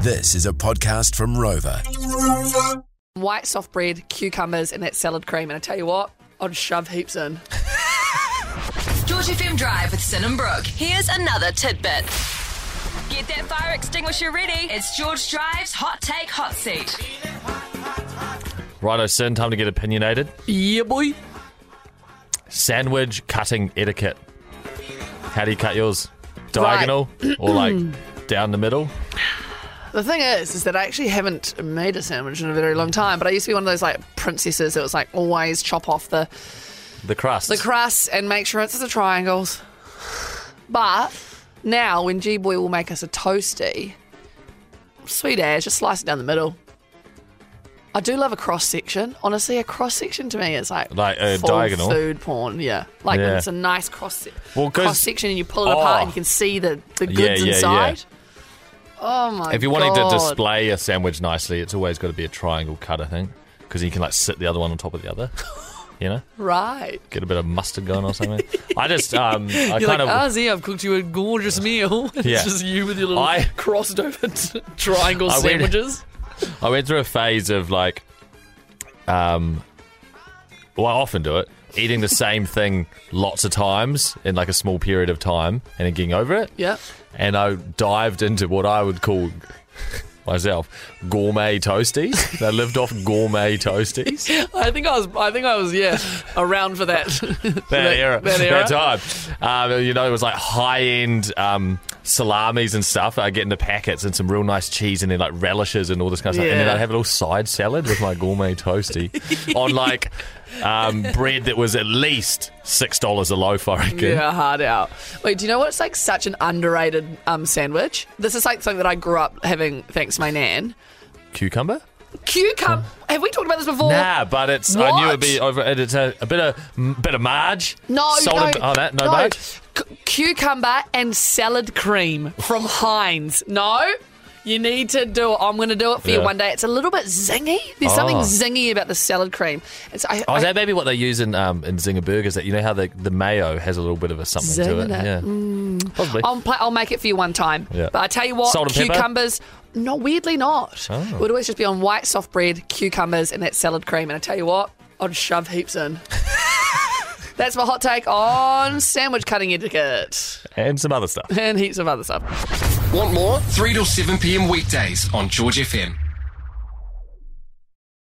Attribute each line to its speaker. Speaker 1: This is a podcast from Rover.
Speaker 2: white soft bread, cucumbers, and that salad cream. And I tell you what, I'd shove heaps in.
Speaker 3: George FM Drive with Sin and Brooke. Here's another tidbit. Get that fire extinguisher ready. It's George Drive's Hot Take Hot Seat.
Speaker 4: Righto, Sin, time to get opinionated.
Speaker 2: Yeah, boy.
Speaker 4: Sandwich cutting etiquette. How do you cut yours? Diagonal or like down the middle?
Speaker 2: The thing is, is that I actually haven't made a sandwich in a very long time. But I used to be one of those like princesses that was like always chop off the
Speaker 4: The crust.
Speaker 2: the crust and make sure it's the triangles. But now, when G Boy will make us a toasty, sweet as, just slice it down the middle. I do love a cross section. Honestly, a cross section to me is like
Speaker 4: Like a
Speaker 2: full
Speaker 4: diagonal?
Speaker 2: food porn. Yeah, like when
Speaker 4: Yeah.
Speaker 2: it's a nice cross se-
Speaker 4: Well, 'cause-
Speaker 2: cross section, and you pull it
Speaker 4: Oh.
Speaker 2: apart and you can see the the goods
Speaker 4: Yeah, yeah, yeah.
Speaker 2: inside. Oh my!
Speaker 4: if you're wanting
Speaker 2: God.
Speaker 4: to display a sandwich nicely, it's always got to be a triangle cut, I think, because you can like sit the other one on top of the other. You know,
Speaker 2: right?
Speaker 4: get a bit of mustard going or something. I just, um, I
Speaker 2: You're
Speaker 4: kind
Speaker 2: like,
Speaker 4: of,
Speaker 2: ah, Z, I've cooked you a gorgeous meal. it's
Speaker 4: Yeah.
Speaker 2: just you with your little
Speaker 4: I-
Speaker 2: crossed over triangle
Speaker 4: I went-
Speaker 2: sandwiches.
Speaker 4: I went Oh, through a phase of like, um, well, I often do it, eating the same thing lots of times in like a small period of time and then getting over it.
Speaker 2: Yeah.
Speaker 4: And I dived into what I would call myself gourmet toasties. They lived off gourmet toasties.
Speaker 2: I think I was. I think I was. Yeah, around for that. that,
Speaker 4: That era,
Speaker 2: That era.
Speaker 4: time. Um, you know, it was like high end um, salamis and stuff. I get in the packets and some real nice cheese and then like relishes and all this kind of stuff. And
Speaker 2: Yeah.
Speaker 4: then I'd have a little side salad with my gourmet toasty on like um, bread that was at least $6 a loaf, I reckon.
Speaker 2: Yeah, hard out. Wait, do you know what's like such an underrated um, sandwich? This is like something that I grew up having thanks to my nan.
Speaker 4: Cucumber?
Speaker 2: Cucumber. Have we talked about this before?
Speaker 4: Nah, but it's I knew
Speaker 2: What?
Speaker 4: it'd be over. and It's a, a bit of mm, bit of marge.
Speaker 2: No,
Speaker 4: salt
Speaker 2: no,
Speaker 4: and, oh, that no, marge.
Speaker 2: C- cucumber and salad cream from Heinz. No, you need to do it. I'm going to do it for you
Speaker 4: Yeah.
Speaker 2: one day. It's a little bit zingy. There's something
Speaker 4: Oh.
Speaker 2: zingy about the salad cream. It's, I,
Speaker 4: Oh,
Speaker 2: I-
Speaker 4: is that maybe what they use in um, in Zinger burgers? That you know how the, the mayo has a little bit of a something to
Speaker 2: Zing
Speaker 4: it.
Speaker 2: in it.
Speaker 4: Yeah,
Speaker 2: Mm.
Speaker 4: probably.
Speaker 2: I'll, pla I'll make it for you one time.
Speaker 4: Yeah.
Speaker 2: But I tell you what,
Speaker 4: Salt and pepper? Oh.
Speaker 2: cucumbers. No, weirdly not. It would always just be on white soft bread, cucumbers, and that salad cream. And I tell you what, I'd shove heaps in. That's my hot take on sandwich cutting etiquette
Speaker 4: and some other stuff.
Speaker 2: and heaps of other stuff.
Speaker 5: Want more? 3 till 7 p.m. weekdays on George FM.